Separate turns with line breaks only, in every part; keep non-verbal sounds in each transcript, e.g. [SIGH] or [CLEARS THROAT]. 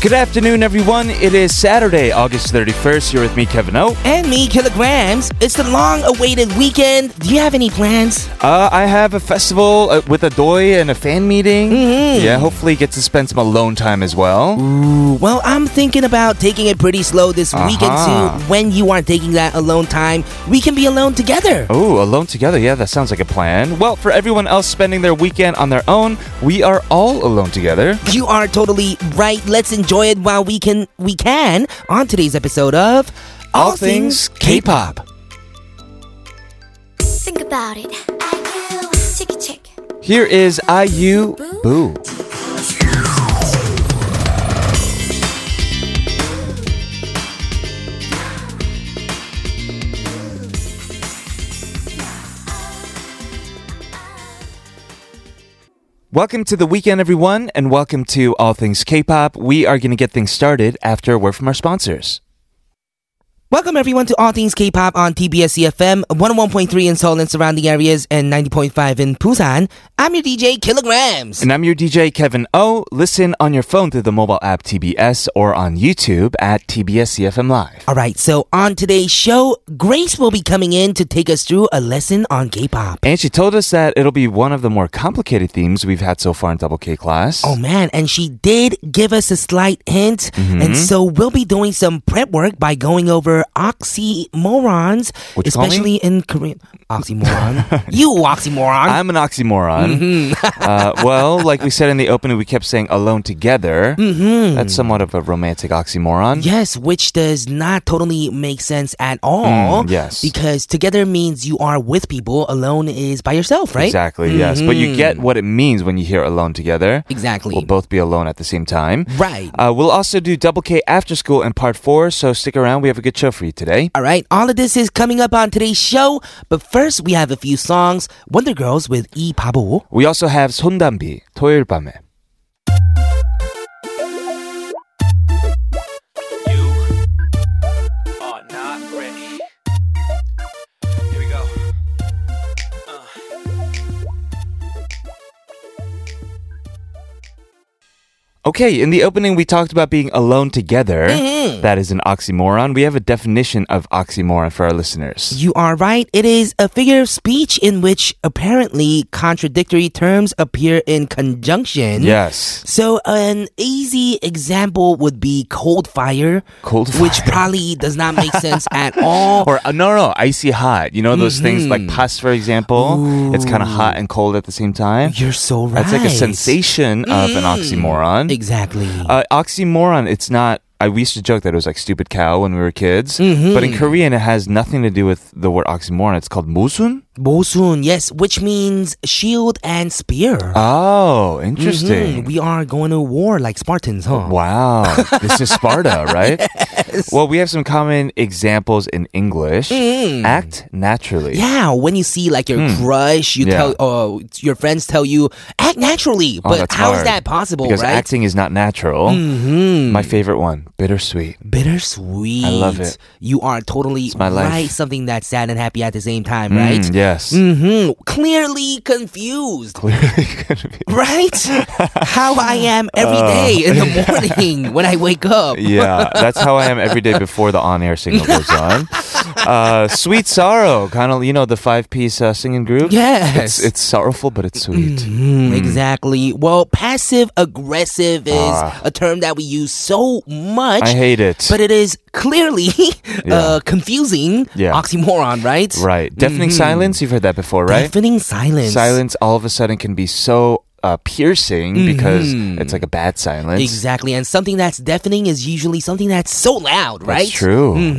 Good afternoon, everyone. It is Saturday, August 31st. You're with me, Kevin O.
And me, Kilograms. It's the long awaited weekend. Do you have any plans?
Uh, I have a festival uh, with a doy and a fan meeting. Yeah, hopefully get to spend some alone time as well.
Ooh, well, I'm thinking about taking it pretty slow this weekend
Aha.
too. When you aren't taking that alone time, we can be alone together.
Oh, alone together. Yeah, that sounds like a plan. Well, for everyone else spending their weekend on their own, we are all alone together.
You are totally right. Let's enjoy it while we can. We can on today's episode of
All Things K-Pop.
Think about it. Tick tick.
Here is IU Boo. Welcome to the weekend, everyone, and welcome to All Things K-Pop. We are going to get things started after a word from our sponsors.
Welcome everyone to All Things K-pop on TBS EFM 101.3 in Seoul and surrounding areas and 90.5 in Busan. I'm your DJ Kilograms.
And I'm your DJ, Kevin O. Listen on your phone through the mobile app TBS or on YouTube at TBS CFM Live.
All right, so on today's show, Grace will be coming in to take us through a lesson on K-pop.
And she told us that it'll be one of the more complicated themes we've had so far in Double K class.
Oh man, and she did give us a slight hint.
Mm-hmm.
And so we'll be doing some prep work by going over oxymorons,
What you call me?
especially in Korean. Oxymoron. you oxymoron.
I'm an oxymoron. [LAUGHS]
Mm-hmm.
uh, well, like we said in the opening, we kept saying alone together. Mm-hmm. That's somewhat of a romantic oxymoron.
Yes, which does not totally make sense at all.
Mm, yes.
Because together means you are with people, alone is by yourself, right? Mm-hmm.
Exactly, yes. But you get what it means when you hear alone together.
Exactly.
We'll both be alone at the same time.
Right.
Uh, we'll also do Double K after school in part four, so stick around. We have a good show for you today.
all right, all of this is coming up on today's show, but first we have a few songs. Wonder Girls with E Pabo.
We also have 손담비, 토요일 밤에.
are not ready. Here we go. Uh.
Okay, in the opening, we talked about being alone together.
Mm-hmm.
That is an oxymoron. We have a definition of oxymoron for our listeners.
You are right. It is a figure of speech in which apparently contradictory terms appear in conjunction.
Yes.
So an easy example would be cold fire,
Cold
which
fire.
probably does not make sense
[LAUGHS]
at all.
Or, uh, no, no, icy hot. You know, those things like
Mm-hmm.
pus, for example. It's kind of hot and cold at the same time.
You're so right. Mm.
That's like a sensation of an oxymoron.
Exactly.
Uh, oxymoron, it's not. I, we used to joke that it was like stupid cow when we were kids.
Mm-hmm.
But in Korean, it has nothing to do with the word oxymoron. It's called mosun.
Bosun, yes, which means shield and spear.
Oh,
Mhm.
interesting.
We are going to war like Spartans, huh?
Wow. This is Sparta,
[LAUGHS]
right? Well, we have some common examples in English. Act naturally.
Mm. Yeah, when you see like your crush, you
Hmm. Yeah.
tell uh, your friends tell you act naturally,
Oh,
but
that's
how is
hard.
that possible,
Because
right? Mm. Hmm.
acting is not natural. My favorite one, bittersweet.
Bittersweet.
I love it.
You are totally
my life.
right. Something that's sad and happy at the same time, right?
Mm, yes.
hmm Clearly
[LAUGHS]
confused.
Clearly gonna be. [LAUGHS]
Right? How I am every day in the morning when I wake up.
Oh. [LAUGHS] Yeah, that's how I am every day before the on-air
[LAUGHS]
signal goes on. Uh, sweet sorrow, kind of you know the five-piece uh, singing group.
Yes.
it's, it's sorrowful but it's sweet.
Mm, Exactly. Well, passive aggressive is
Ah.
a term that we use so much.
I hate it.
but it is clearly [LAUGHS] uh, confusing
Yeah.
oxymoron, right?
right, deafening silence. You've heard that before, right?
Mm-hmm. Deafening silence.
silence all of a sudden can be so uh, piercing because
Mm-hmm.
it's like a bad silence.
Exactly. And something that's deafening is usually something that's so loud, right? Mm-hmm.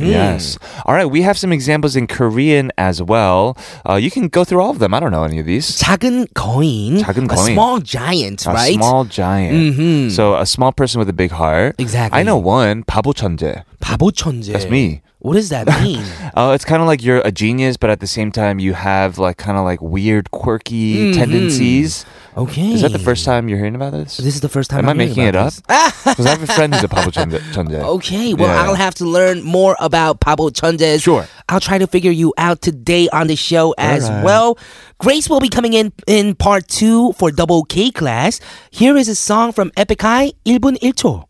That's true. Yes. All right. We have some examples in Korean as well. Uh, you can go through all of them. I don't know any of these.
작은 거인,
작은
a
거인.
small giant,
A
right? Mm-hmm.
small giant. So a small person with a big heart.
Exactly.
I know one. 바보 천재.
바보 천재.
That's me.
What
[LAUGHS]
does that mean?
Uh, it's kind of like you're a genius, but at the same time you have like kind of like weird, quirky
Mm-hmm.
tendencies.
okay.
Is that the first time you're hearing about this?
This is the first time.
Am
I'm
I
hearing
making it
about
up?
this. [LAUGHS]
Because I have a friend who's a 바보 천재. 천재.
Okay, well,
Yeah.
I'll have to learn more about Pablo Chundes.
Sure.
I'll try to figure you out today on the show as well. Grace will be coming in in part two for Double K class. Here is a song from Epic High, 1분 1초.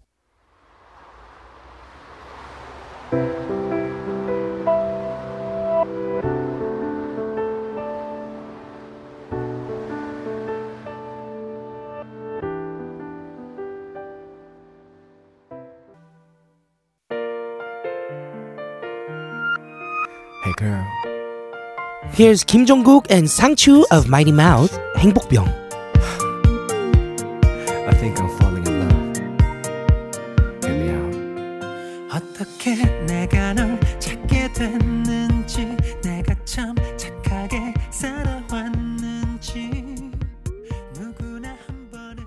Hey girl.
Here's Kim Jong-guk and Sangchu of Mighty Mouth, 행복병.
I think I'm falling in love. Hear me out.
어떻게 내가 널 찾게 됐는지 내가 참 착하게 살아왔는지 누구나 한 번은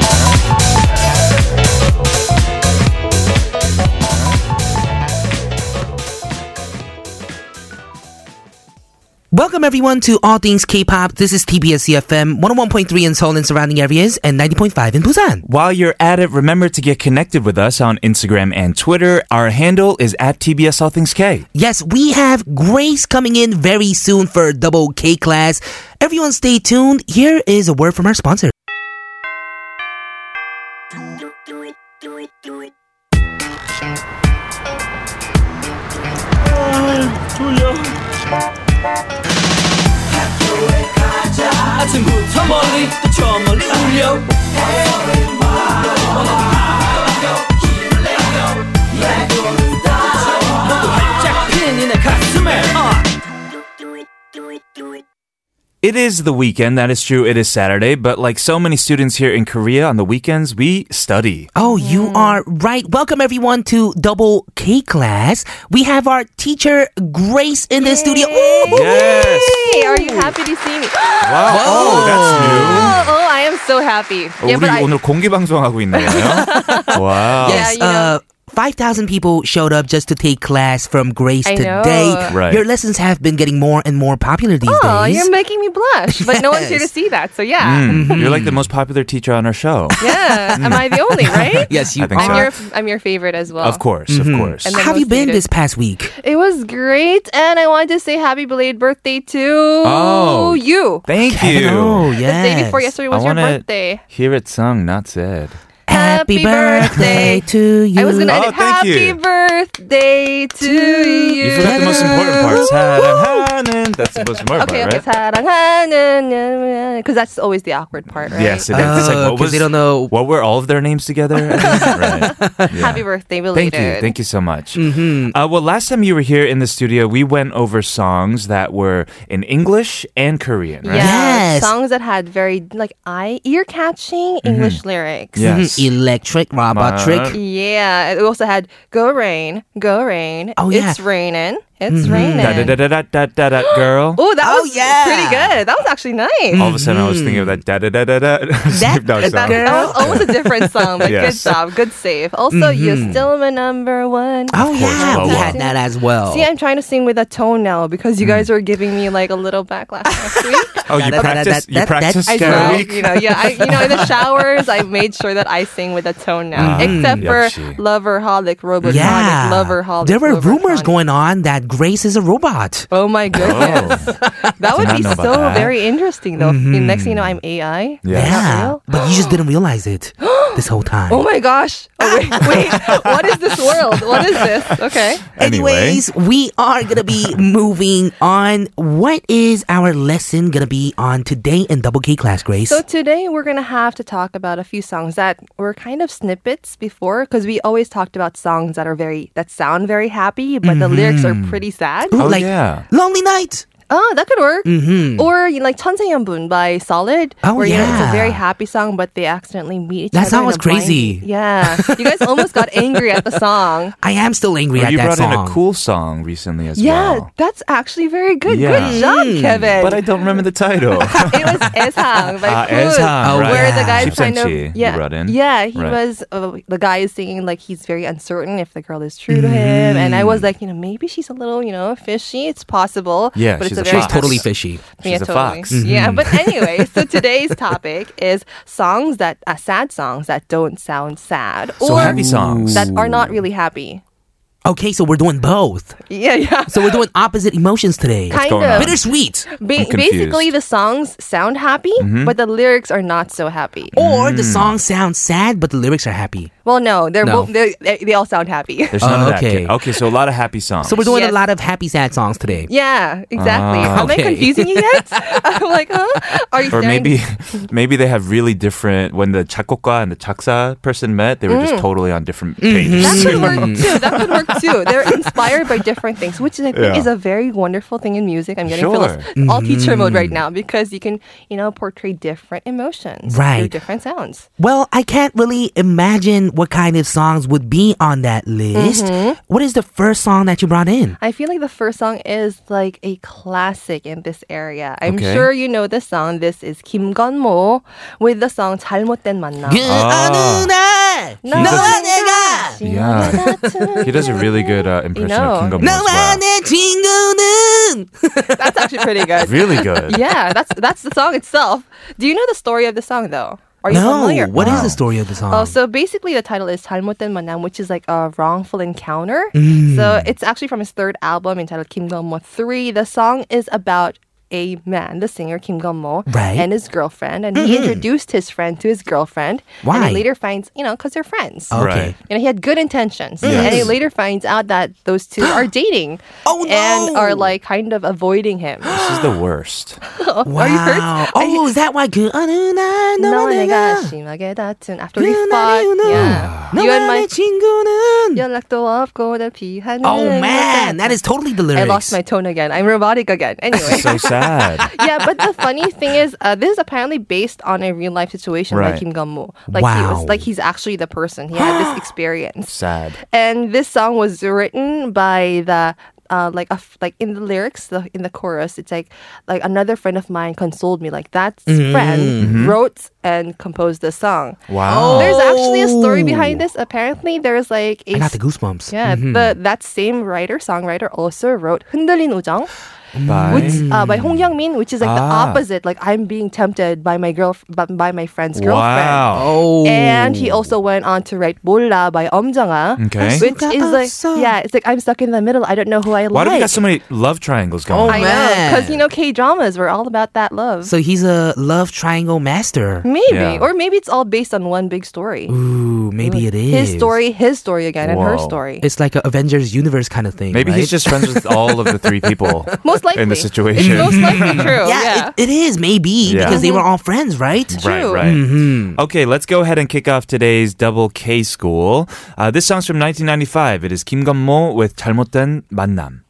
Welcome everyone to All Things K-pop. This is TBS CFM 101.3 in Seoul and surrounding areas and 90.5 in Busan.
While you're at it, remember to get connected with us on Instagram and Twitter. Our handle is at TBS All Things K.
Yes, we have Grace coming in very soon for double K class. Everyone stay tuned. Here is a word from our sponsor.
아침부터 멀리 또 저 멀리 울려
It is the weekend, that is true. It is Saturday, but like so many students here in Korea on the weekends, we study.
Oh, you
Mm.
are right. Welcome everyone to double K class. We have our teacher Grace in the studio. Ooh.
Yes!
Hey, are you happy to
[GASPS]
see me?
Wow. Oh, that's new.
Oh, oh, I am so happy.
Oh,
Yeah,
우리
but I,
오늘 공개 방송하고 있네요. 와.
[LAUGHS] Yeah,
Yes,
you know.
uh, 5,000 people showed up just to take class from Grace
I know.
today.
Right.
Your lessons have been getting more and more popular these
oh,
days.
you're making me blush. But no one's here
Yes.
to see that. So yeah,
Mm, You're like the most popular teacher on our show.
yeah. Am I the
[LAUGHS]
only right?
yes, you
I think
I'm
so.
your I'm your favorite as well.
Of course, of course.
Uh, mm-hmm. And then-
How have you been this
Devastated.
past week?
It was great, and I wanted to say happy belated birthday to
Oh.
you.
Thank you.
Oh,
The
yes.
day before yesterday
I
was your
want to
birthday.
hear it sung, not said.
Happy
Happy
birthday
birthday
to you.
I was gonna
Oh,
edit
thank
happy
you.
birthday to
You
you.
forgot the most important part. 사랑하는. That's the most important
Okay,
part,
okay.
right?
사랑하는 because that's always the awkward part, right?
Yes, it is. It's
Oh,
like, what was,
'cause they don't know.
What were all of their names together?
[LAUGHS]
right.
Happy birthday, belated.
Thank you. Thank you so much.
Mm-hmm.
Uh, well, last time you were here in the studio, we went over songs that were in English and Korean, right?
Yeah,
Yes.
songs that had very like eye ear catching
Mm-hmm.
English lyrics.
Yes.
Electric robot
Ma-
trick.
Yeah, it also had "Go rain, go rain."
Oh,
it's
yeah.
raining, it's
Mm-hmm.
Mm-hmm.
Da da
raining.
da da da da da girl.
Oh, that
Oh,
was
yeah.
pretty good. That was actually nice.
All of a sudden, I was thinking of that
Mm-hmm.
da da da da [LAUGHS] da. Steve Dawg
That,
song.
that was almost a different song, but
Yes. Mm-hmm.
good job, good save. Also, you're still my number one.
Oh, yeah.
Wow,
we
wow.
had that as well.
See, I'm trying to sing with a tone now because
Mm.
you guys were giving me like a little
[LAUGHS]
backlash last week.
Oh, you
Da, da, da, da,
practice.
da,
You
da,
practice
I
every
tried,
week.
you know, yeah, I, you know, in
[LAUGHS]
the showers, I made sure that I sing with a tone now, except for
역시.
loverholic,
Mm-hmm.
robotonic,
yeah.
loverholic.
There were rumors
Robertonic.
going on that Grace is a robot.
[LAUGHS] Oh my goodness, that would
not
be
know
so
about that.
very interesting, though. Next thing you know, I'm AI.
Yeah.
Mm. Yeah.
real?
But you just didn't realize it this whole time.
[GASPS] Oh my gosh!
[LAUGHS]
Oh wait, wait, what is this world? What is this? Okay.
Anyway.
Anyways, we are gonna
[LAUGHS]
be moving on. What is our lesson gonna be on today in Double K class, Grace?
So today we're gonna have to talk about a few songs that were kind of snippets before, because we always talked about songs that are very that sound very happy, but the lyrics are
Mm-hmm.
pretty sad.
Ooh,
Oh,
like
yeah.
Lonely Night.
Oh, that could work. Or you like 천생연분 by Solid,
Mm-hmm. Oh,
where you know, it's
yeah.
a very happy song, but they accidentally meet each
That
other.
song
in
was
a blind-
crazy.
Yeah, you guys almost
[LAUGHS]
got angry at the song.
I am still angry
Well,
at
you
that
brought
song.
in a cool song recently as
Yeah,
well.
that's actually very good.
Yeah.
Good job,
Mm.
Kevin.
But I don't remember the title.
[LAUGHS] it was Ezhang by
Ah,
Cool,
Ezhang,
right.
where the
Yeah.
guy
Chip
kind of
Sanchi, you
yeah
brought in.
yeah he
Right.
was uh, the guy is singing like he's very uncertain
Mm-hmm.
if the girl is true to him and I was like you know maybe she's a little you know fishy it's possible
Yeah,
but
she's
it's a
She
very
was totally fishy.
She's a fox.
Yeah, but anyway, so today's [LAUGHS] topic is songs that uh, sad songs that don't sound sad
So happy songs.
that are not really happy.
Okay, so we're doing both.
Yeah, yeah.
So we're doing opposite emotions today.
[LAUGHS] kind
going
of.
on?
Bittersweet.
Ba-
confused. Mm-hmm.
basically, the songs sound happy, but the lyrics are not so happy.
Or the song sounds sad, but the lyrics are happy.
Well, no, they're
No.
both they they they all sound happy. [LAUGHS]
There's none of
Oh,
that.
okay.
kid. Okay, so a lot of happy songs.
So we're doing a
Yes.
lot of happy, sad songs today.
yeah, exactly.
Ah.
Am I
Okay.
confusing you guys?
[LAUGHS]
[LAUGHS] I'm like, huh? Are you
or
staring-
maybe [LAUGHS] maybe they have really different when the 작곡가 and the 작사 person met, they were
Mm.
just totally on different
Mm-hmm.
pages.
That
Mm.
could work too. That could work too. They're inspired by different things, which I think is a very wonderful thing in music. I'm getting
Sure.
philosoph- all teacher mode
Mm.
right now because you can, you know, portray different emotions
Right.
through different sounds.
Well, I can't really imagine what kind of songs would be on that list.
Mm-hmm.
What is the first song that you brought in?
I feel like the first song is like a classic in this area. I'm
Okay.
sure you know this song. This is Kim Gunmo with the song 잘못된 만남.
아는 날,
No,
너와 내가,
Yeah. He does a really good uh, impression of
know.
Kingdom as
너와
well.
내 친구는.
That's actually pretty good.
[LAUGHS] Really good.
[LAUGHS] yeah, that's that's the song itself. Do you know the story of the song though? Are you
No,
familiar?
what is the story of the song?
Oh, so basically the title is 잘못된 만남, which is like a wrongful encounter. So it's actually from his third album entitled Kim Gunmo 3. The song is about a man, the singer Kim Gunmo,
Right.
and his girlfriend, and he introduced his friend to his girlfriend. And
Why? Oh.
he later finds, you know, because they're friends.
okay.
Right.
You know, he had good intentions, and he later finds out that those two are dating
Oh,
and
no.
are like kind of avoiding him.
This is the worst.
Wow. Oh, is that why? 그 어느 날 너와
No, oh
내가
내가 심하게 다툰 after we
그
fought.
날이 오는
Yeah. You
너와
and my
내 [LAUGHS] 친구는
연락도 없고 날 피하는
Oh man, that is totally the lyrics.
I lost my tone again. I'm
[LAUGHS]
robotic again. Anyway. [LAUGHS]
So sad.
yeah, but the funny thing is, uh, this is apparently based on a real life situation
Right.
by Kim Gunmoo. Like he
Wow.
was, like he's actually the person.
[GASPS]
He had this experience,
sad.
and this song was written by the. Uh, like a f- like in the lyrics, the, in the chorus, it's like like another friend of mine consoled me. Like that
Mm-hmm.
friend wrote and composed this song.
Wow.
There's actually a story behind this. Apparently, there's like a
Oh. I got
s-
the goosebumps.
yeah,
Mm-hmm.
the, that same writer, songwriter also wrote 흔들린 우정
Bye.
which, uh, by Hong Young-min, which is like the
Ah.
opposite. Like I'm being tempted by my girl, by, by my friend's girlfriend.
Wow.
Oh,
And he also went on to write 몰라 by Om Jung-ah,
Okay.
which is like
없어.
yeah, it's like I'm stuck in the middle. I don't know who I
Why
like.
do we got so many love triangles going?
Oh,
on?
I know
Man.
because you know K dramas were all about that love.
so he's a love triangle master.
Yeah.
maybe or maybe it's all based on one big story.
Ooh, maybe it is
His story, his story again, and her
Whoa.
story.
It's like a Avengers universe kind of thing.
Maybe
right?
he's just friends with all of the three
[LAUGHS]
people
most likely
in the
It's
situation.
Most
[LAUGHS]
likely true. Mm-hmm.
Yeah, It, it is maybe
Yeah.
because they were all friends, right? Mm-hmm.
Right,
True.
right. Okay, let's go ahead and kick off today's Double K School. Uh, this song's from 1995. It is Kim Gunmo with 잘못된 만남.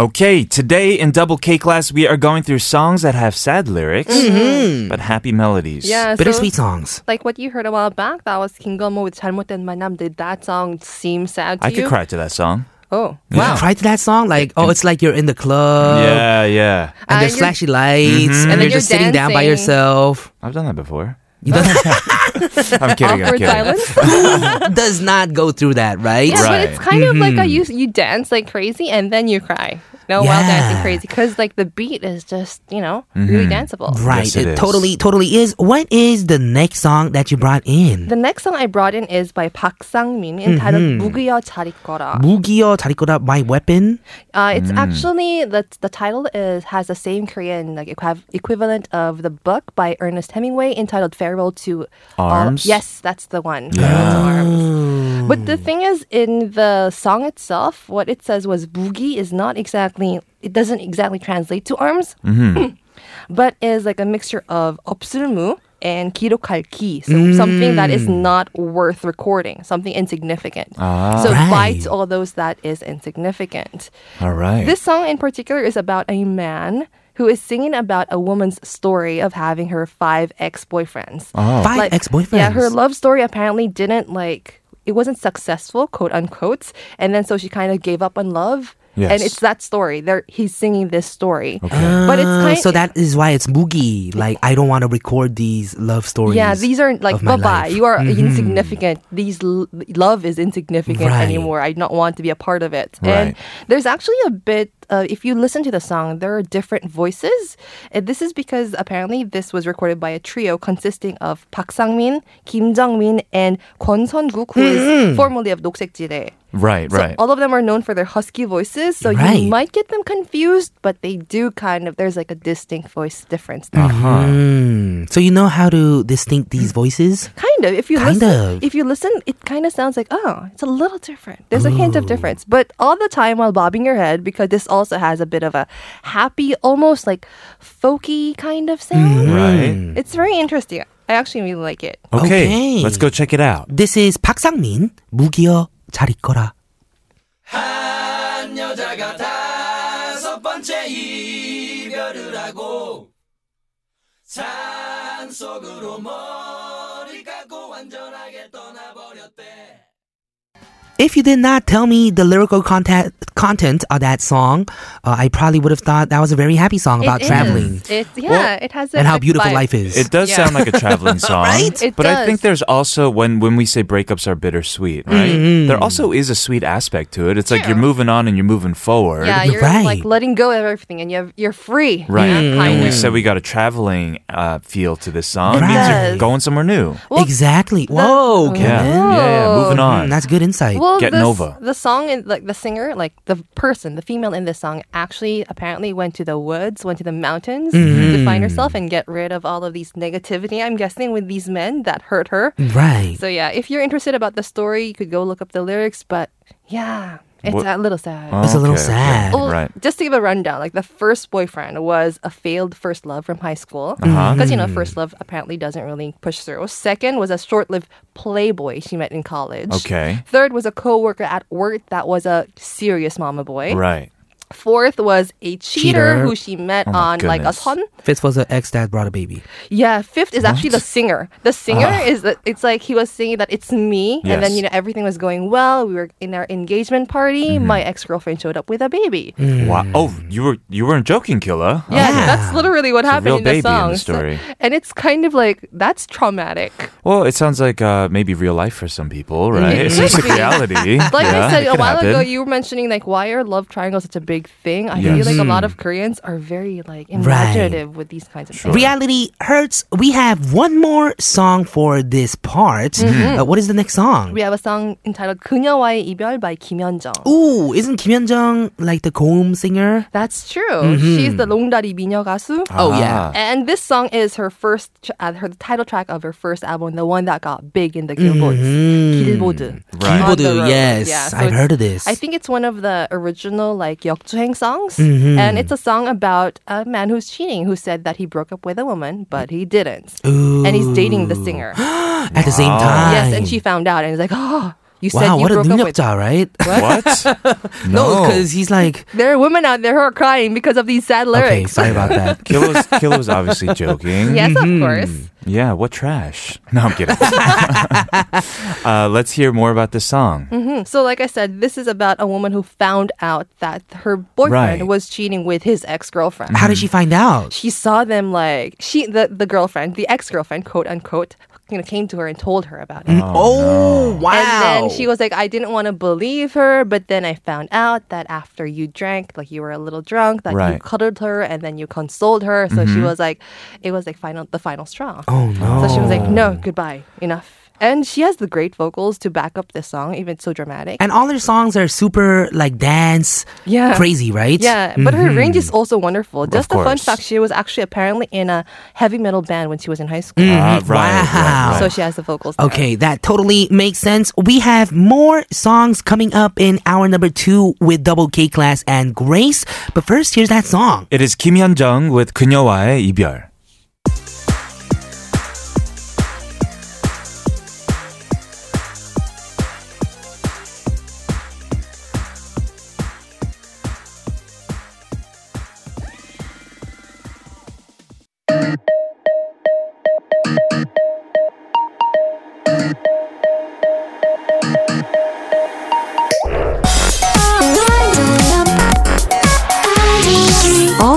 Okay, today in Double K class, we are going through songs that have sad lyrics
Mm.
but happy melodies.
yeah. Mm-hmm. so-
Bittersweet songs.
like what you heard a while back, that was King Gilmo with 잘못된 만남. Did that song seem sad to
I
you?
could cry to that song.
Oh,
Wow. Try to that song, like oh, it's like you're in the
Uh,
club.
yeah, Mm-hmm. yeah.
And there's
And Uh, you're-
flashy lights, and,
And
you're
then
just
you're
sitting down by
dancing. [LAUGHS]
yourself.
I've done that before. [LAUGHS] I'm kidding. I'm
awkward
kidding. [LAUGHS]
silence.
Does not go through that, right?
yeah, but
Right.
it's kind of like a,
Mm-hmm.
you you dance like crazy and then you cry. No, while
Yeah.
dancing crazy because like the beat is just you know
Mm-hmm.
really danceable.
Oh,
Right.
Yes, it is.
totally, totally is. What is the next song that you brought in?
The next song I brought in is by Park Sang Min entitled
Mm-hmm.
"무기여 잘 있거라."
무기여 잘 입고 다 my weapon.
Uh, it's actually the the title is has the same Korean like equiv- equivalent of the book by Ernest Hemingway entitled "Farewell to All-"
Arms?
yes, that's the one. Farewell to Arms. But the thing is, in the song itself, what it says was "boogie" is not exactly it doesn't exactly translate to arms, [LAUGHS] but is like a mixture of obsulmu and 기록할기, so something that is not worth recording, something insignificant. so
Right.
bites all those that is insignificant.
All right.
This song in particular is about a man who is singing about a woman's story of having her five ex-boyfriends.
Oh.
Five
Like,
ex-boyfriends.
Yeah, her love story apparently didn't like it wasn't successful, quote unquote, and then so she kind of gave up on love.
Yes.
and it's that story. There, he's singing this story,
Okay.
but it's
Uh,
kind.
so that is why it's Moogie. Like I don't want to record these love stories.
yeah, these are
of
like
my
bye bye.
life. Mm-hmm.
You are insignificant. These l- love is insignificant
Right.
anymore. I do not want to be a part of it.
Right.
And there's actually a bit. Uh, if you listen to the song, there are different voices. And this is because apparently this was recorded by a trio consisting of Park Sang-min, Kim Jong-min, and Kwon Sun-guk, who is
Mm-hmm.
formerly of Doksek Jire.
Right, right.
All of them are known for their husky voices, so
Right.
you might get them confused, but they do kind of. There's like a distinct voice difference. there.
Mm-hmm.
Uh-huh.
Mm. So you know how to distinct these voices.
Kind of. If you
Kind
listen,
of.
if you listen, it kind of sounds like oh, it's a little different. There's a hint of difference, but all the time while bobbing your head because this also has a bit of a happy, almost like folky kind of
Mm-hmm.
sound.
Right.
It's very interesting. I actually really like it.
Okay.
Okay.
Let's go check it out.
This is 박상민 무기여 잘 있거라.
한 여자가 다섯 번째 이별을 하고 산속으로 머리 깎고 완전하게 떠나버렸대
If you did not tell me the lyrical content content of that song, uh, I probably would have thought that was a very happy song about
It is.
traveling
It's yeah. it has a
and how
good
beautiful
vibe.
life is.
It does
Yeah.
sound like a
[LAUGHS]
traveling song,
Right?
It
but I
does. Mm,
think there's also when when we say breakups are bittersweet, right? There also is a sweet aspect to it. It's like
Sure.
you're moving on and you're moving forward.
Yeah, you're
Right.
like letting go of everything, and you have, you're free.
Right, and
Yeah, kind
we
of.
said we got a traveling uh, feel to this song. It
It
means you're
does.
going somewhere new.
well,
exactly. Whoa, Kevin.
Yeah, yeah,
Oh.
yeah, moving
Mm,
on.
that's good insight.
Well,
Getting
this,
over.
The song and like the singer, like the person, the female in this song, actually apparently went to the woods, went to the mountains to find herself and get rid of all of these negativity. I'm guessing with these men that hurt her.
right.
So yeah, if you're interested about the story, you could go look up the lyrics. But yeah, it's
What-
a little sad.
It's a little
Okay, okay.
sad.
Well,
Right.
Just to give a rundown, like the first boyfriend was a failed first love from high school
Uh-huh.
because you know first love apparently doesn't really push through. Second was a short-lived playboy she met in college.
Okay.
Third was a coworker at work that was a serious mama boy.
Right.
Fourth was a cheater,
Cheater.
who she met
Oh my
on like a
goodness.
ton.
Fitz was an ex that brought a baby.
Yeah. Fifth is actually the singer. The singer is the, it's like he was singing that it's me, and
Uh-huh.
then
Yes.
you know everything was going well. We were in our engagement party.
Mm-hmm.
My ex girlfriend showed up with a baby.
Wow.
Mm.
Oh, you were you weren't joking, Killa.
Yeah, that's literally what
It's a
happened
real
in the
baby in
song.
the story.
So- and it's kind of like that's
[LAUGHS]
traumatic.
Well, it sounds like uh, maybe real life for some people, right? It's
It could
just
be.
reality.
[LAUGHS] Like
Yeah,
I
it
said
could
a while ago,
happen.
you were mentioning like why are love triangles such a big thing? I
Yes.
feel like a lot of Koreans are very like imaginative with these kinds of things.
Reality hurts. We have one more song for this part. Uh, what is the next song?
We have a song entitled 그녀와의 이별 by Kim Hyun-jung.
Ooh, isn't Kim Hyun Jung like the Goom singer?
That's true.
Mm-hmm.
She's the 롱다리 미녀 가수.
Oh yeah.
And this song is her first, tr- uh, her the title track of her first album, the one that got big in the Billboards.
Mm-hmm.
Billboard.
Right.
On the
Billboard,
road.
yes. I've
it's-
heard of this.
I think it's one of the original like 역주행 songs,
Mm-hmm.
and it's a song about a man who's cheating, who said that he broke up with a woman, but he didn't, and he's dating the
[GASPS]
singer.
At the same time.
yes, and she found out, and is like, oh, you said
Wow,
you
what a
broke up with.
능력자,
[LAUGHS]
right?
What?
[LAUGHS] No, because he's like.
There are women out there who are crying because of these sad
Okay,
lyrics.
sorry about that.
Killa's, Killa's obviously joking.
[LAUGHS] yes,
Mm-hmm.
of course.
Yeah, what trash? No, I'm
[LAUGHS]
kidding. uh, let's hear more about this song.
Hmm, So, like I said, this is about a woman who found out that her boyfriend
Right.
was cheating with his
[LAUGHS]
ex girlfriend.
How did she find out?
she saw them like she the, the girlfriend, the ex girlfriend, quote unquote, you know, came to her and told her about it.
Oh, wow.
And then she was like, I didn't want to believe her, but then I found out that after you drank, like you were a little drunk, that you
Right.
cuddled her and then you consoled her. So she was like, it was like final the final straw.
Mm-hmm. Oh, no.
So she was like, no, goodbye, enough. And she has the great vocals to back up this song, even so dramatic.
And all her songs are super like dance,
Yeah.
crazy, right?
Yeah, but her range is
Mm-hmm.
also wonderful. Just a fun
course.
fact, she was actually apparently in a heavy metal band when she was in high school.
Uh, right,
Mm-hmm. Wow.
So she has the vocals. there.
Okay, that totally makes sense. We have more songs coming up in hour number two with Double K Class and Grace. But first, here's that song.
It is Kim Hyun Jung with 그녀와의 이별.
널 눈 감아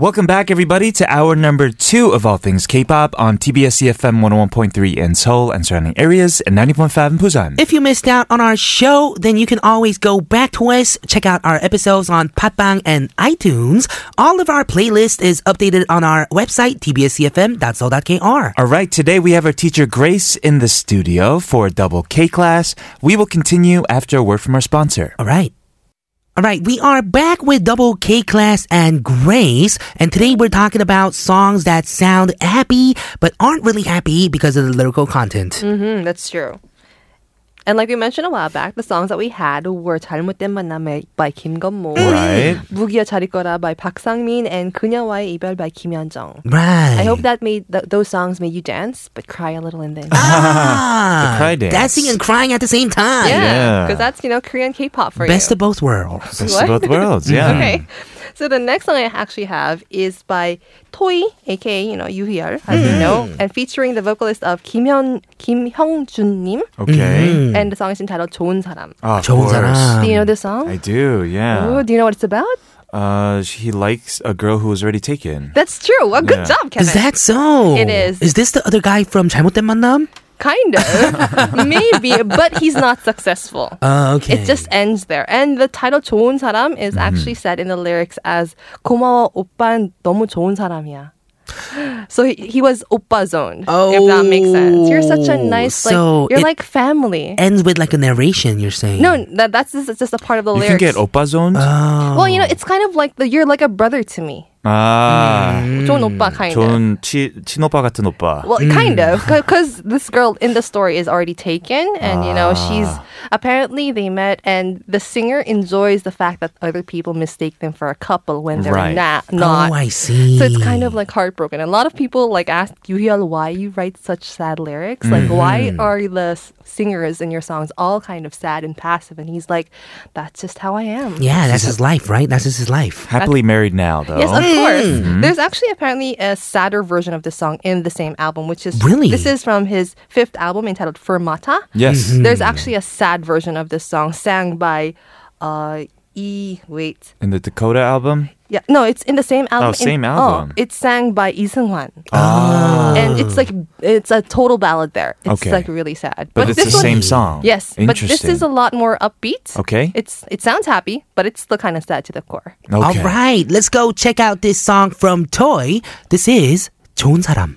Welcome back, everybody, to hour number two of All Things K-pop on TBS EFM 101.3 in Seoul and surrounding areas and 90.5 in Busan.
If you missed out on our show, then you can always go back to us. Check out our episodes on Patbang and iTunes. All of our playlist is updated on our website, tbscfm.so.kr.
All right, today we have our teacher Grace in the studio for a double K class. We will continue after a word from our sponsor.
All right. All right, we are back with Double K Class and Grace, and today we're talking about songs that sound happy but aren't really happy because of the lyrical content.
Mm, [CLEARS THROAT] that's true. And like we mentioned a while back, the songs that we had were 잘못된 만남에 by Kim Gunmo,
Mm. Right.
무기야 잘 있거라 by Park Sang-min, and 그녀와의 이별 by Kim Yeon-jung.
Right.
I hope that made th- those songs made you dance, but cry a little in
[LAUGHS]
there.
The
ah,
cry dance.
dancing and crying at the same time.
yeah.
because that's you know Korean K-pop for
Best
you.
of both worlds.
Best
What?
of both
[LAUGHS]
worlds, yeah.
Okay. So the next song I actually have is by Toy, aka you know Yuhyar, as
Mm.
you know, and featuring the vocalist of Kim Hyun Kim Hyungjun-nim,
Okay.
and the song is entitled Mm-hmm. 좋은 사람.
Of
좋은
course.
사람.
Do
Um,
you know this song?
I do,
Ooh,
yeah.
Oh, do you know what it's about?
Uh, he likes a girl who was already taken.
That's true. Well, good
Yeah.
job, Kevin.
Is that so?
It is.
Is this the other guy from 잘못된 만남?
kind
[LAUGHS]
of maybe, but he's not successful.
Oh,
Uh, okay.
It just ends there. And the title 좋은 사람
Mm-hmm.
is actually said in the lyrics as 고마워 오빤 너무 좋은 사람이야. So he, he was oppa zoned. if that makes sense. You're such a
Oh,
nice
so
like you're
it-
like family.
ends with like a narration. You're saying
no, that, that's just, that's just a part of the
You can
lyrics. Uh,
get oppa zoned?
well, you know, it's kind of like the, you're like a brother to me.
ah.
좋은 오빠 kind of.
좋은 치, 친오빠 같은 오빠.
Well,
Mm.
kind
[LAUGHS]
of, because this girl in the story is already taken, and you know she's
Ah.
apparently they met, and the singer enjoys the fact that other people mistake them for a couple when they're
Right.
na- not.
Oh, I see.
So it's kind of like heartbroken. And a lot of people like ask Yuhyul why you write such sad lyrics. Like why
Mm-hmm.
are the s- singers in your songs all kind of sad and passive? And he's like, that's just how I am.
yeah. That's his life, right? That's just his life.
Happily married now, though.
Yes, of course.
Mm-hmm.
There's actually apparently a sadder version of this song in the same album, which is
Really?
This is from his fifth album entitled Fermata.
Yes.
There's actually a sad version of this song sang by uh E wait.
In the Dakota album?
Yeah, no, it's in the same album. in-
same album.
Oh, it's sang by Lee Seung Hwan.
Ah,
And it's like it's a total ballad there. It's
Okay.
like really sad.
But, it's the
this one-
same song.
Yes, but
Interesting.
this is a lot more upbeat.
Okay.
It's it sounds happy, but it's still kind of sad to the core.
okay.
All right, let's go check out this song from Toy. This is 좋은 사람.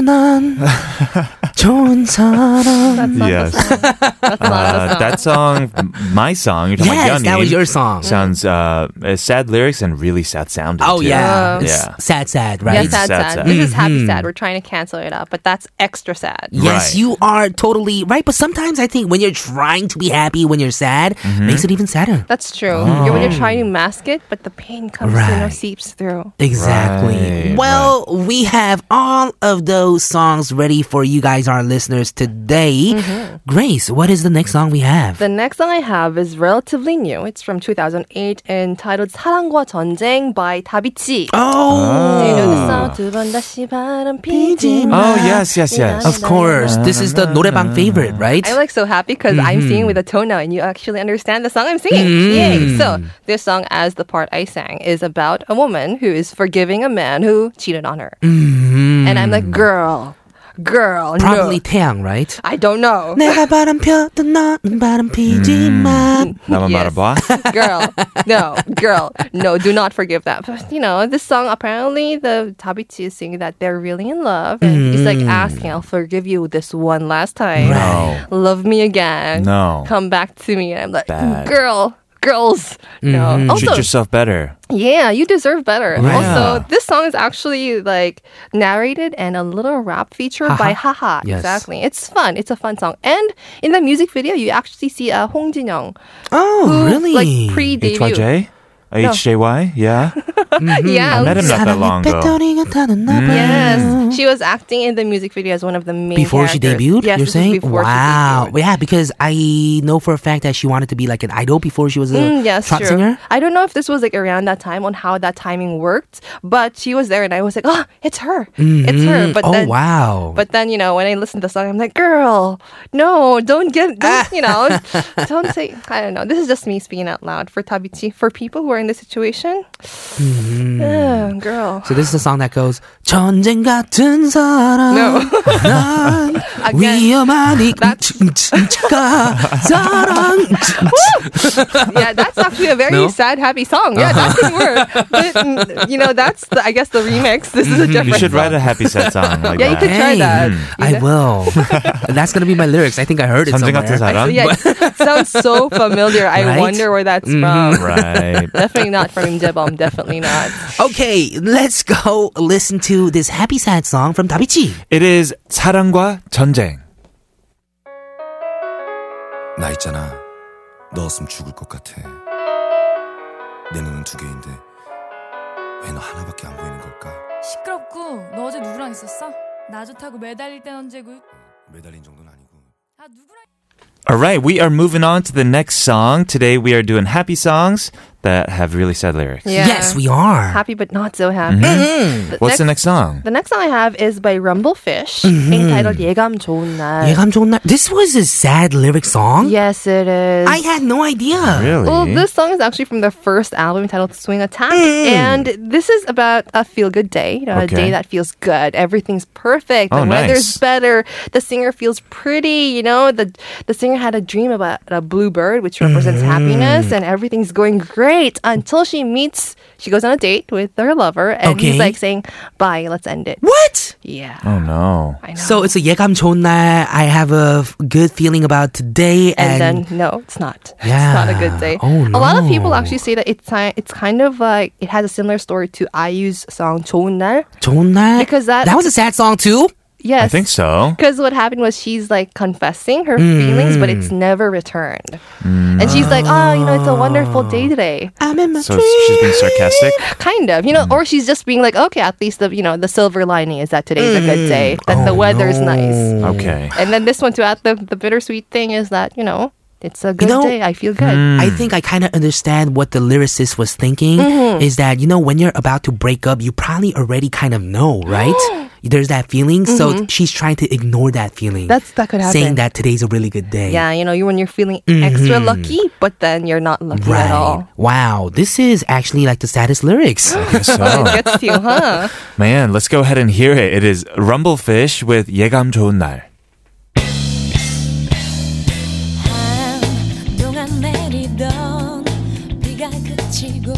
[LAUGHS]
난 좋은 사람.
Yes. uh, that song, my song, you're talking
yes,
about
that was
Yeonmin,
your song.
Sounds uh, uh, sad lyrics and really sad sounding.
Oh
too. Yeah.
yeah. It's sad, sad, right? Mm-hmm.
Yeah,
It's
sad, sad,
sad, sad.
This is happy sad. We're trying to cancel it out, but that's extra sad.
Yes,
Right.
you are totally right. But sometimes I think when you're trying to be happy, when you're sad,
Mm-hmm.
makes it even sadder.
That's true. You're- When you're trying to mask it, but the pain comes, you know,
Oh. Right.
seeps through.
Exactly.
Right,
well, we have all of those songs ready for you guys, our listeners, today. Grace, what is the next song we have?
Mm-hmm. The next song I have is relatively new. It's from 2008 entitled 사랑과 전쟁 by 다비치.
oh,
Do you know the song? 두번 다시 바람 피지 마.
Oh, yes, yes, yes.
of course. This is the 노래방 favorite, right?
I'm like so happy because I'm singing with a tone now and you actually understand the song I'm singing. Yay! So, this song, as the part I sang, is about a woman who is forgiving a man who cheated on her. And I'm like, girl, girl,
Probably
no.
태양,
[LAUGHS]
right?
I
[LAUGHS]
don't know.
내가 바람 펴던 너는 바람 피지
Mm.
마.
나만
Yes. [LAUGHS]
말아봐.
girl, no, girl, no, do not forgive that. But, you know, this song, apparently, the Tabichi is singing that they're really in love. And he's like asking, I'll forgive you this one last time.
No.
Love me again.
Oh, No.
Come back to me. And I'm like,
Bad.
girl, girls.
Mm-hmm.
No.
Treat
Also,
yourself better.
yeah, you deserve better.
Right.
Also, this song is actually like narrated and a little rap feature by Haha.
Yes.
Exactly. It's fun. It's a fun song. And in the music video, you actually see uh, Hong Jin Young,
Oh,
who
really?
like pre-debut.
HYJ? HJY? Yeah.
[LAUGHS]
Mm-hmm.
Yeah.
I met him not that long ago. Mm.
Yes, she was acting in the music video as one of the main
Mm. Before she
characters.
debuted,
Yes,
you're
this is
saying?
before she
wow.
debuted.
yeah, because I know for a fact that she wanted to be like an idol before she was a
Mm, yes,
trot
true.
singer.
I don't know if this was like around that time on how that timing worked, but she was there, and I was like, oh, it's her, it's her.
Mm,
But
oh,
then,
wow.
But then you know, when I listened to the song, I'm like, girl, no, don't get,
Ah.
don't, you
[LAUGHS]
know, don't say. I don't know. This is just me speaking out loud for Tabichi. For people who are in this situation,
Mm-hmm.
ugh, girl.
so this is a song that goes 전쟁 같은 사람
No.
[LAUGHS]
[LAUGHS]
난
Again.
위험하니
That-
끔찍끔찍가
[LAUGHS]
사랑
yeah, that's actually a very
uh, No? Uh-huh.
sad, happy song. Yeah, that can work. But mm, you know, that's the, I guess the remix. This
Mm-hmm.
is a different.
You should
song.
write a happy sad song like
Yeah, you could
that.
try
Hey.
that.
I
[LAUGHS]
will. That's gonna be my lyrics. I think I heard it
전쟁 같은
somewhere.
사람?
[LAUGHS]
Yeah, it sounds so familiar. I
Right? Mm-hmm.
wonder where that's from.
Right.
Definitely not from Im Jae-bom. Definitely not.
Okay, let's go listen to this happy sad song from Dabichi.
It is 사랑과 전쟁.
나 있잖아 너 없으면 죽을 것 같아 내 눈은 두 개인데 왜 너 하나밖에 안 보이는 걸까
시끄럽고 너 어제 누구랑 있었어? 나 좋다고 매달릴 땐 언제고
매달린 정도는 아니고
아 누구랑
All right, we are moving on to the next song. Today we are doing happy songs that have really sad lyrics.
Yeah.
Yes, we are. Mm-hmm.
happy but not so happy. Mm-hmm. The
What's the next song?
The next Mm-hmm. song I have is by Rumblefish, entitled 예감 좋은 날.
예감 좋은 날. This was a sad lyric song.
Yes, it is.
I had no idea.
Really?
Well, this song is actually from their first album titled Swing Attack. And this is about a feel good day, you know, a
Mm. Okay.
day that feels good. Everything's perfect. The
Oh, nice.
weather's better. The singer feels pretty, you know. The the singer had a dream about a blue bird, which represents
Mm-hmm.
happiness, and everything's going great until she meets she goes on a date with her lover and
Okay.
he's like saying, Bye, let's end it.
What?
Yeah.
oh no.
I know.
So it's a 예감 좋은 날. I have a f- good feeling about today,
and
and,
then no, it's not. [LAUGHS]
Yeah.
It's not a good day.
Oh,
A lot of
no.
people actually say that it's ki- it's kind of like it has a similar story to IU's song 좋은 날.
좋은 날.
Because that-
was a sad song too.
I
Yes.
think so.
Because what happened was she's like confessing her
Hmm.
feelings, but it's never returned. And she's like, oh, you know, it's a wonderful day today.
I'm in my
So it's- she's being sarcastic.
Kind of, you know, or she's just being like, okay, at least the, you know, the silver lining is that today's a
Hmm.
good day, that the
Oh,
weather's nice. [LAUGHS]
Okay.
And then this one, to add the, the bittersweet thing is that, you know, it's a good
know- Hmm.
day. I feel good.
I
Hmm.
think I kind of understand what the lyricist was thinking
Mm-hmm.
is that, you know, when you're about to break up, you probably already kind of know,
[GASPS]
right? There's that feeling. So she's trying to ignore that feeling.
Mm-hmm. That's- that could
Saying
happen.
that today's a really good day.
Yeah, you know, you when you're feeling extra lucky, but then you're not lucky
Mm-hmm. Right.
at all.
Wow. This is actually like the
[GASPS]
saddest
I
lyrics.
guess so.
[LAUGHS] It gets to you, huh?
Man, let's go ahead and hear it. It is Rumblefish with 예감 좋은 날.
한동안 내리던 비가 그치고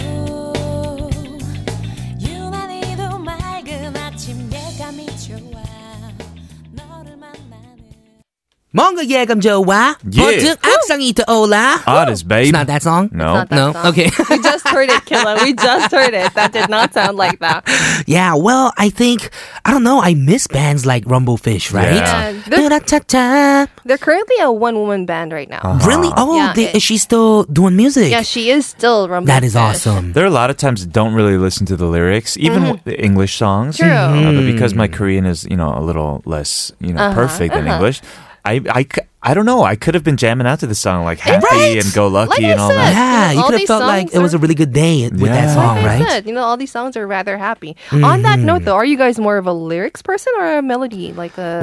유난히도 맑은 아침 예감이 좋아 너를 만나는
뭔가 예감 좋아.
Yeah. Mm.
번뜩 악성이 떠올라.
Oddest, babe.
It's not that song?
No.
It's not that
No?
song.
Okay. [LAUGHS]
We just heard it, Killa. We just heard it. That did not sound like that.
Yeah, well, I think, I don't know, I miss bands like Rumblefish, right?
Yeah.
They're,
Ta-da-ta-ta.
they're currently a one woman band right now.
Uh-huh.
Really? Oh,
Yeah,
they,
it-
she's still doing music.
Yeah, she is still Rumble.
that is awesome.
There are a lot of times that don't really listen to the lyrics, even with the English songs.
Mm-hmm. True. Mm-hmm.
Uh, but because my Korean is, you know, a little less, you know,
Uh-huh.
perfect than English, I, I, c- I don't know. I could have been jamming out to the song like happy
Right?
and go lucky
Like I
and all
said.
that.
Yeah,
And
you
all
could have
these
felt like
songs
it was a
are-
really good day with that
Yeah.
song,
Like I
right? Mm-hmm.
said, you know, all these songs are rather happy. On that note, though, are you guys more of a lyrics person or a melody like a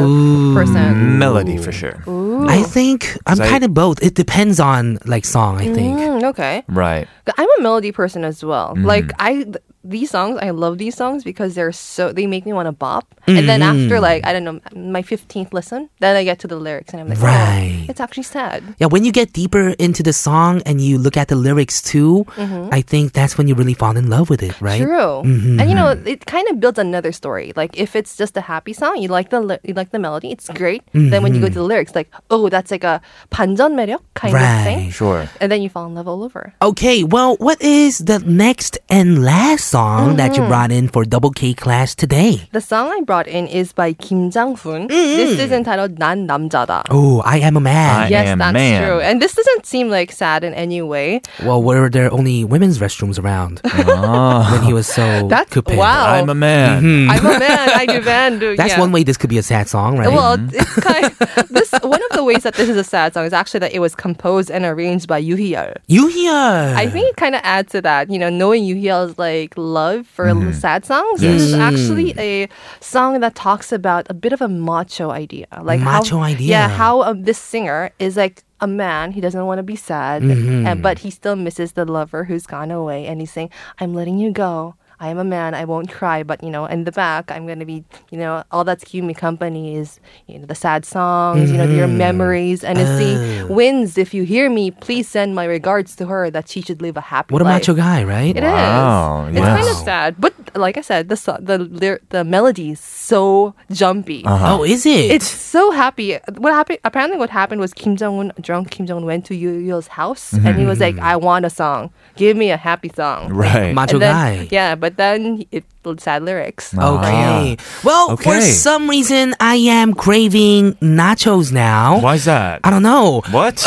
person?
Melody for sure.
I think I'm
I-
kind of both. It depends on like song, I think.
Mm, okay.
Right.
I'm a melody person as well.
Mm-hmm.
Like I th- these songs, I love these songs because they're so they
Mm-hmm.
make me want to bop. And then after like I don't know my 15th listen, then I get to the lyrics and I'm like,
Right.
It's actually sad.
Yeah, when you get deeper into the song and you look at the lyrics too, I think that's when you really fall in love with it, right?
Mm-hmm.
Mm-hmm.
True. And you know, it kind of builds another story. Like if it's just a happy song, you like the li- you like the melody, it's great. Then when you
Mm-hmm.
go to the lyrics, like oh, that's like a 반전 매력 kind of
Right.
thing. [LAUGHS]
Sure.
And then you fall in love all over.
Okay, well, what is the next and last song that
Mm-hmm.
you brought in for Double K class today?
The song I brought in is by Kim Jang Hoon. This
Mm-hmm.
is entitled 난 남자다.
Oh, I am a man.
I
yes,
am
that's
man.
true. And this doesn't seem like sad in any way.
well, were there only women's restrooms
[LAUGHS]
around when he was so
[LAUGHS] That's
coupe?
wow.
Ah, I'm a man.
I'm a
[LAUGHS]
man. I do man. do-
Mm. That's
yeah.
one way this could be a sad song, right?
Well, it's kind [LAUGHS] this one of the ways that this is a sad song is actually that it was composed and arranged by Yuhyul.
you hear?
I think it kind of adds to that, you know, knowing Yuhyul's like love for
Mm-hmm.
sad songs. This is actually
Mm.
a song that talks about a bit of a macho idea, like
Macho
how,
idea.
Yeah, how um, this singer is like a man. He doesn't want to be sad,
Mm-hmm.
and, but he still misses the lover who's gone away, and he's saying, "I'm letting you go." I am a man. I won't cry, but you know, in the back, I'm gonna be, you know, all that's keeping me company is, you know, the sad songs, you know, your
Mm-hmm.
memories, and it's
Oh.
the wins. If you hear me, please send my regards to her that she should live a happy.
what a
life.
macho guy, right?
It is.
Wow,
It's
yeah.
kind of sad, but like I said, the so- the lyr- the melody is so jumpy.
Uh-huh.
Oh, is it?
It's so happy. What happened? Apparently, what happened was Kim Jong Un, drunk Kim Jong Un, went to Yoo Yo's house and he was like, "I want a song. Give me a happy song."
Right.
Mm-hmm. macho
And then,
guy.
Yeah, but then it sad lyrics.
Okay. Well, for
Uh-huh. Okay.
some reason, I am craving nachos now.
Why is that?
I don't know. [LAUGHS]
What?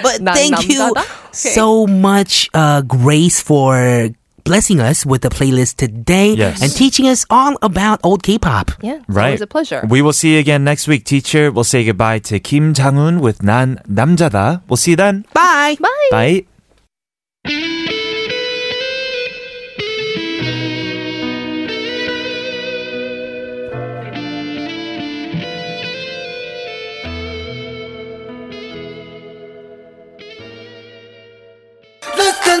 But
Nam-
thank
nam-
you
dada? Okay.
so much, uh, Grace, for blessing us with the playlist today
Yes.
and teaching us all about old K-pop.
Yeah, so
Right.
It was a pleasure.
We will see you again next week, teacher. We'll say goodbye to Kim Jang-un with 난 남자다. We'll see you then.
Bye.
Bye.
Bye.
Listen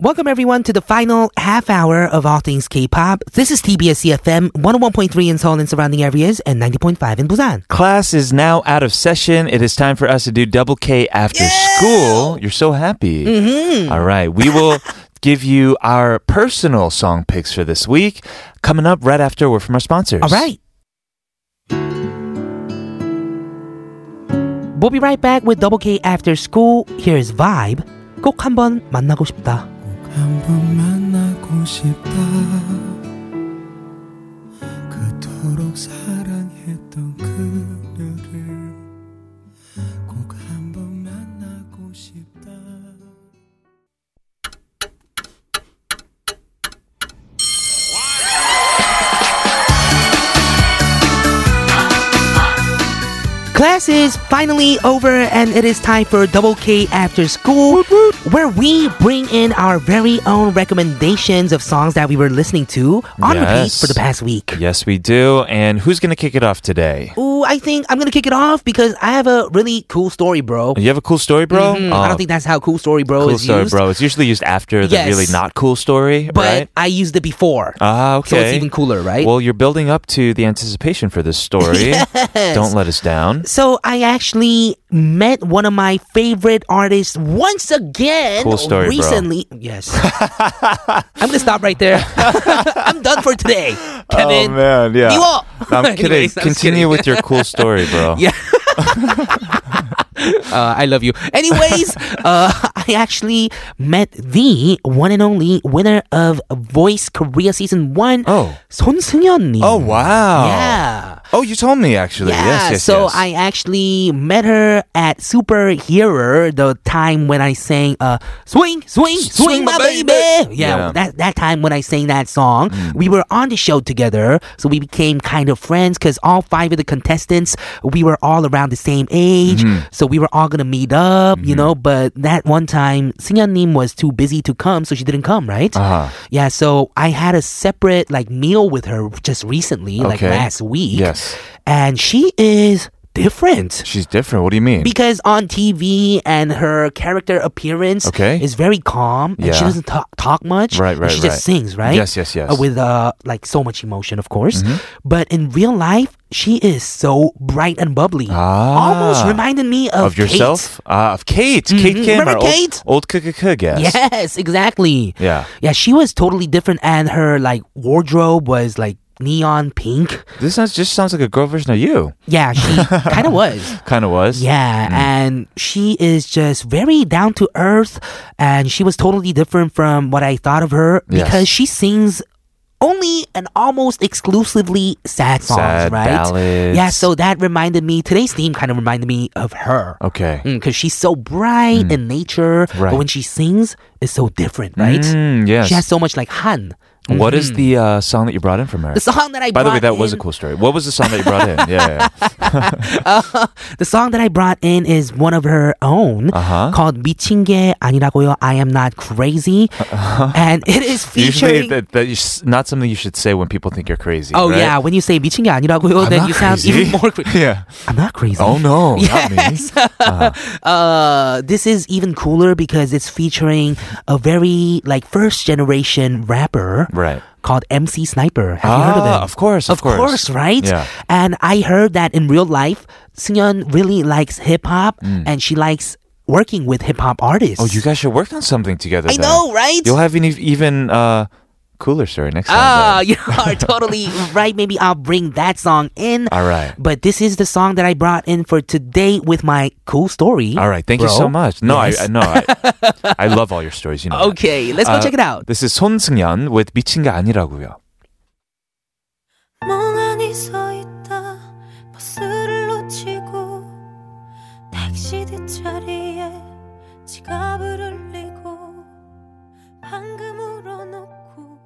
Welcome everyone to the final half hour of All Things K-pop. This is TBS CFM 101.3 in Seoul and surrounding areas and 90.5 in Busan.
Class is now out of session. It is time for us to do double K after school. You're so happy. Mm-hmm. right. We will
[LAUGHS]
give you our personal song picks for this week. Coming up right after we're from our sponsors.
All right. We'll be right back with Double K after school. Here's Vibe. 꼭 한번 만나고 싶다.
한번 만나고 싶다 그토록 사랑했던 그녀를 꼭 한번 만나고 싶다
Class is finally over, and it is time for Double K After School, where we bring in our very own recommendations of songs that we were listening to on repeat
Yes.
for the past week.
Yes, we do. And who's going to kick it off today?
Ooh, I think I'm gonna kick it off because I have a really cool story, bro.
You have a cool story, bro?
Mhm,
Oh,
I don't think that's how cool story, bro,
cool
is
story,
used.
bro. It's usually used after the
Yes.
really not cool story,
But
right?
I used it before,
Ah, okay.
so it's even cooler, right?
Well, you're building up to the anticipation for this story. Don't let us down.
So I actually met one of my favorite artists once again
Cool story, bro.
recently.
[LAUGHS]
Yes. I'm gonna stop right there. [LAUGHS] I'm done for today.
Oh,
Kevin.
man, yeah.
You all. [LAUGHS]
I'm kidding.
Anyways, I'm just
Continue
kidding.
with your cool story, [LAUGHS] bro.
Yeah. Uh, I love you.
[LAUGHS]
Anyways, uh, I actually met the one and only winner of Voice Korea Season 1,
Oh.
손승현님.
Oh wow.
Yeah.
Oh, you told me actually.
Yeah,
yes, yes,
so
yes.
I actually met her at Superhero, the time when I sang uh, "Swing, Swing, Swing, My Baby." Yeah,
Yeah. Mm.
that that time when I sang that song, we were on the show together, so we became kind of friends because all five of the contestants we were all around the same age,
Mm-hmm.
so we were all gonna meet up, you know. But that one time, Sinyanim was too busy to come, so she didn't come, right?
Uh-huh.
Yeah, so I had a separate like meal with her just recently, like
Okay.
last week
Yes.
and she is different
She's different. What do you mean?
because on TV and her character appearance
Okay.
is very calm and she
Yeah.
doesn't talk, talk much.
Right,
and
right,
She
right.
just sings, right?
Yes, yes, yes. Mm-hmm.
Uh, with uh, like so much emotion, of course. But in real life, she is so bright and bubbly.
Ah.
Almost reminded me
of
of,
yourself? Ah, of Kate. Kate
Mhm.
Kim.
Remember
our old-
Kate?
Old Kukukuk,
Kate.
yes.
Yes, exactly.
Yeah.
Yeah, she was totally different, and her like wardrobe was like neon pink.
This sounds, just sounds like a girl version of you. [LAUGHS]
Yeah, she kind of was.
Kind of was. Hmm.
Yeah, and she is just very down to earth, and she was totally different from what I thought of her
Yes.
because she sings only and almost exclusively sad songs,
Sad
right?
ballads.
Yeah, so that reminded me today's theme kind of reminded me of her.
Okay.
Because she's so bright in nature,
Hmm. Right.
but when she sings, it's so different, right?
Mm, yes.
She has so much like Han.
What is the uh, song that you brought in from her?
The song that I
By the way,
brought
that was a
in-
cool story. What was the song that you brought in?
[LAUGHS]
Yeah, yeah.
The song that I brought in is one of her own
Uh-huh.
called 미친 게 아니라고요. I am not crazy. And it is
[LAUGHS] Usually,
featuring.
Uh-huh. that, that is not something you should say when people think you're crazy.
oh,
right?
yeah. When you say 미친 게
I'm
아니라고요, then
not
you sound
crazy.
even more
[LAUGHS]
crazy.
yeah.
I'm not crazy.
Oh
[LAUGHS]
no, not me. Uh-huh.
Yes. [LAUGHS] uh, this is even cooler because it's featuring a very like first generation rapper.
Right.
Called MC Sniper. Have you heard of
Ah,
him?
of course,
of
of course.
right?
Yeah.
And I heard that in real life, Seungyeon really likes hip hop and she likes working with hip hop artists.
Mm. Oh, you guys should work on something together.
I
then.
know, right?
You'll have an ev- even uh, cooler story next time.
Ah,
then.
you
[LAUGHS]
are totally right. Maybe I'll bring that song in.
All right.
But this is the song that I brought in for today with my cool story.
All right, thank you so
bro.
much. No,
Yes.
I, I no,
[LAUGHS]
I, I love all your stories. You know. that.
Okay, let's go
Uh,
check it out.
This is 손승연 with 미친 게 아니라고요.
멍하니 서 있다 버스를 놓치고 택시 뒷자리에 지갑을 흘리고 방금 울어놓고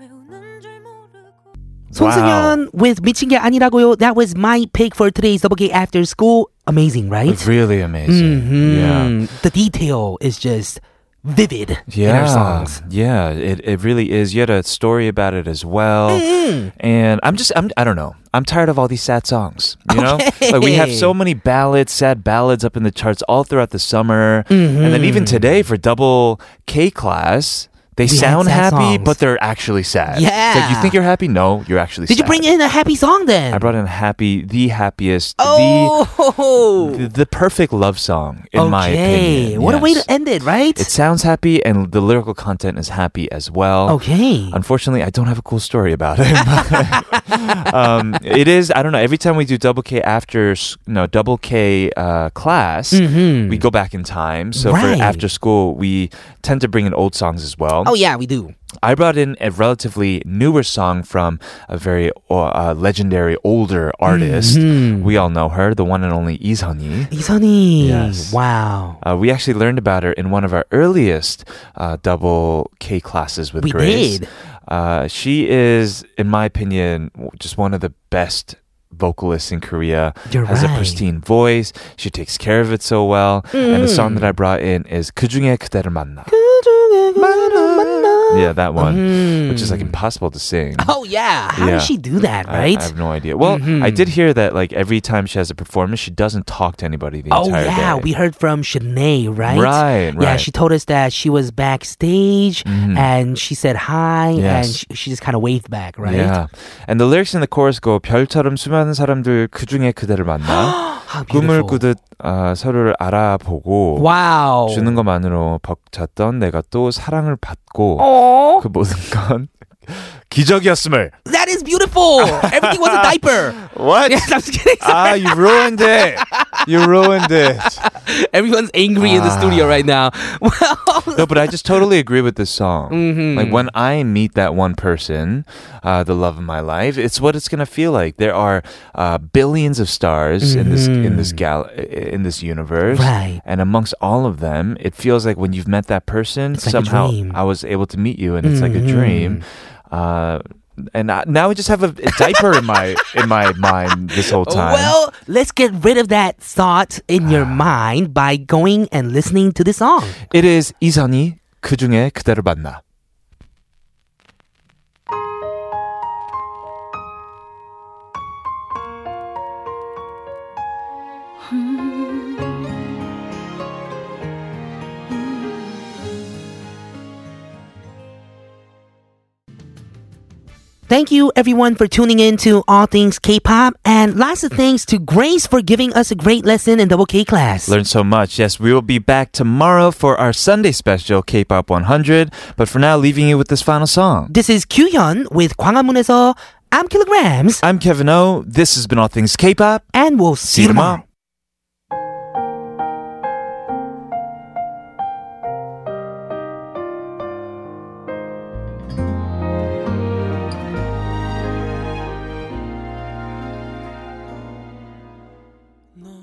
왜 우는 줄 모르고
손승연 with 미친 게 아니라고요. That was my pick for today's Double K After School. Amazing, right?
Really amazing. Yeah.
Mhm. The detail is just vivid in her songs.
Yeah, it, it really is. You had a story about it as well.
Mm-hmm.
And I'm just I'm I don't know. I'm tired of all these sad songs. You know? Like we have so many ballads, sad ballads up in the charts all throughout the summer. And then even today for double K class. They
Mm-hmm. had
sound
sad
happy,
songs.
but they're actually sad. It's like you
Yeah.
think you're happy? No, you're actually
Did
sad.
you bring in a happy song then?
I brought in happy, the happiest,
oh,
the, the perfect love song, in my
okay.
opinion.
What a way
Yes.
to end it, right?
It sounds happy, and the lyrical content is happy as well.
Oh, okay.
Unfortunately, I don't have a cool story about it. [LAUGHS] um, it is, I don't know, every time we do double K after, s- no, double K uh, class,
Mm-hmm.
we go back in time. So
Right.
for after school, we tend to bring in old songs as well.
Oh yeah, we do.
I brought in a relatively newer song from a very uh, uh, legendary older artist.
Mm-hmm.
We all know her, the one and only Izhani.
이선희.
Yes.
Wow.
Uh, we actually learned about her in one of our earliest uh, double K classes with
We
Grace.
did.
Uh, she is, in my opinion, w- just one of the best vocalists in Korea.
You're
Has
right.
a pristine voice. She takes care of it so well. And
Mm.
the song that I brought in is 그중에 그대를 만나. Yeah, that one, which is like impossible to sing.
Mm. Oh yeah. How
Yeah.
does she do that,
I-
right? Mm-hmm.
I, have no idea. Well, I did hear that like every time she has a performance, she doesn't talk to anybody the
Oh
entire
yeah,
day.
we heard from Shanae, right?
Right,
Yeah,
right. Mm-hmm.
she told us that she was backstage and she said hi and
Yes.
she, she just kind of waved back, right?
Yeah. And the lyrics in the chorus go 별처럼 수많은 사람들 그 중에 그대를
[GASPS]
만나
[GASPS] How
꿈을
beautiful.
꾸듯 아, 서로를 알아보고
Wow.
주는 것만으로 벅찼던 내가 또 사랑을 받고 그 모든 건 [LAUGHS] 기적이었음을.
That is beautiful. Everything was a
[LAUGHS]
diaper. [LAUGHS]
What?
Yes, I'm just kidding.
ah, you ruined it. You ruined it.
Everyone's angry in
Ah.
the studio right now. [LAUGHS] Well,
No, but I just totally agree with this song.
Mm-hmm.
Like when I meet that one person, uh, the love of my life, it's what it's gonna feel like. There are uh, billions of stars in this in this gal in this universe,
Mm-hmm. Right.
And amongst all of them, it feels like when you've met that person,
like a
somehow
dream. Mm-hmm.
I was able to meet you, and it's like a dream. Uh, and I, now I just have a, a diaper in my in my mind this whole time. Ah.
[LAUGHS] well, let's get rid of that thought in your mind by going and listening to the song.
it is 이선희 그 중에 그대를 만나.
Thank you everyone for tuning in to All Things K-pop and lots of thanks to Grace for giving us a great lesson in double K class.
Learned so much. Yes, we will be back tomorrow for our Sunday special, K-pop 100. But for now, leaving you with this final song.
This is Kyuhyun with 광화문에서 I'm Kilograms
I'm Kevin O. This has been All Things K-pop.
and we'll see,
See you tomorrow.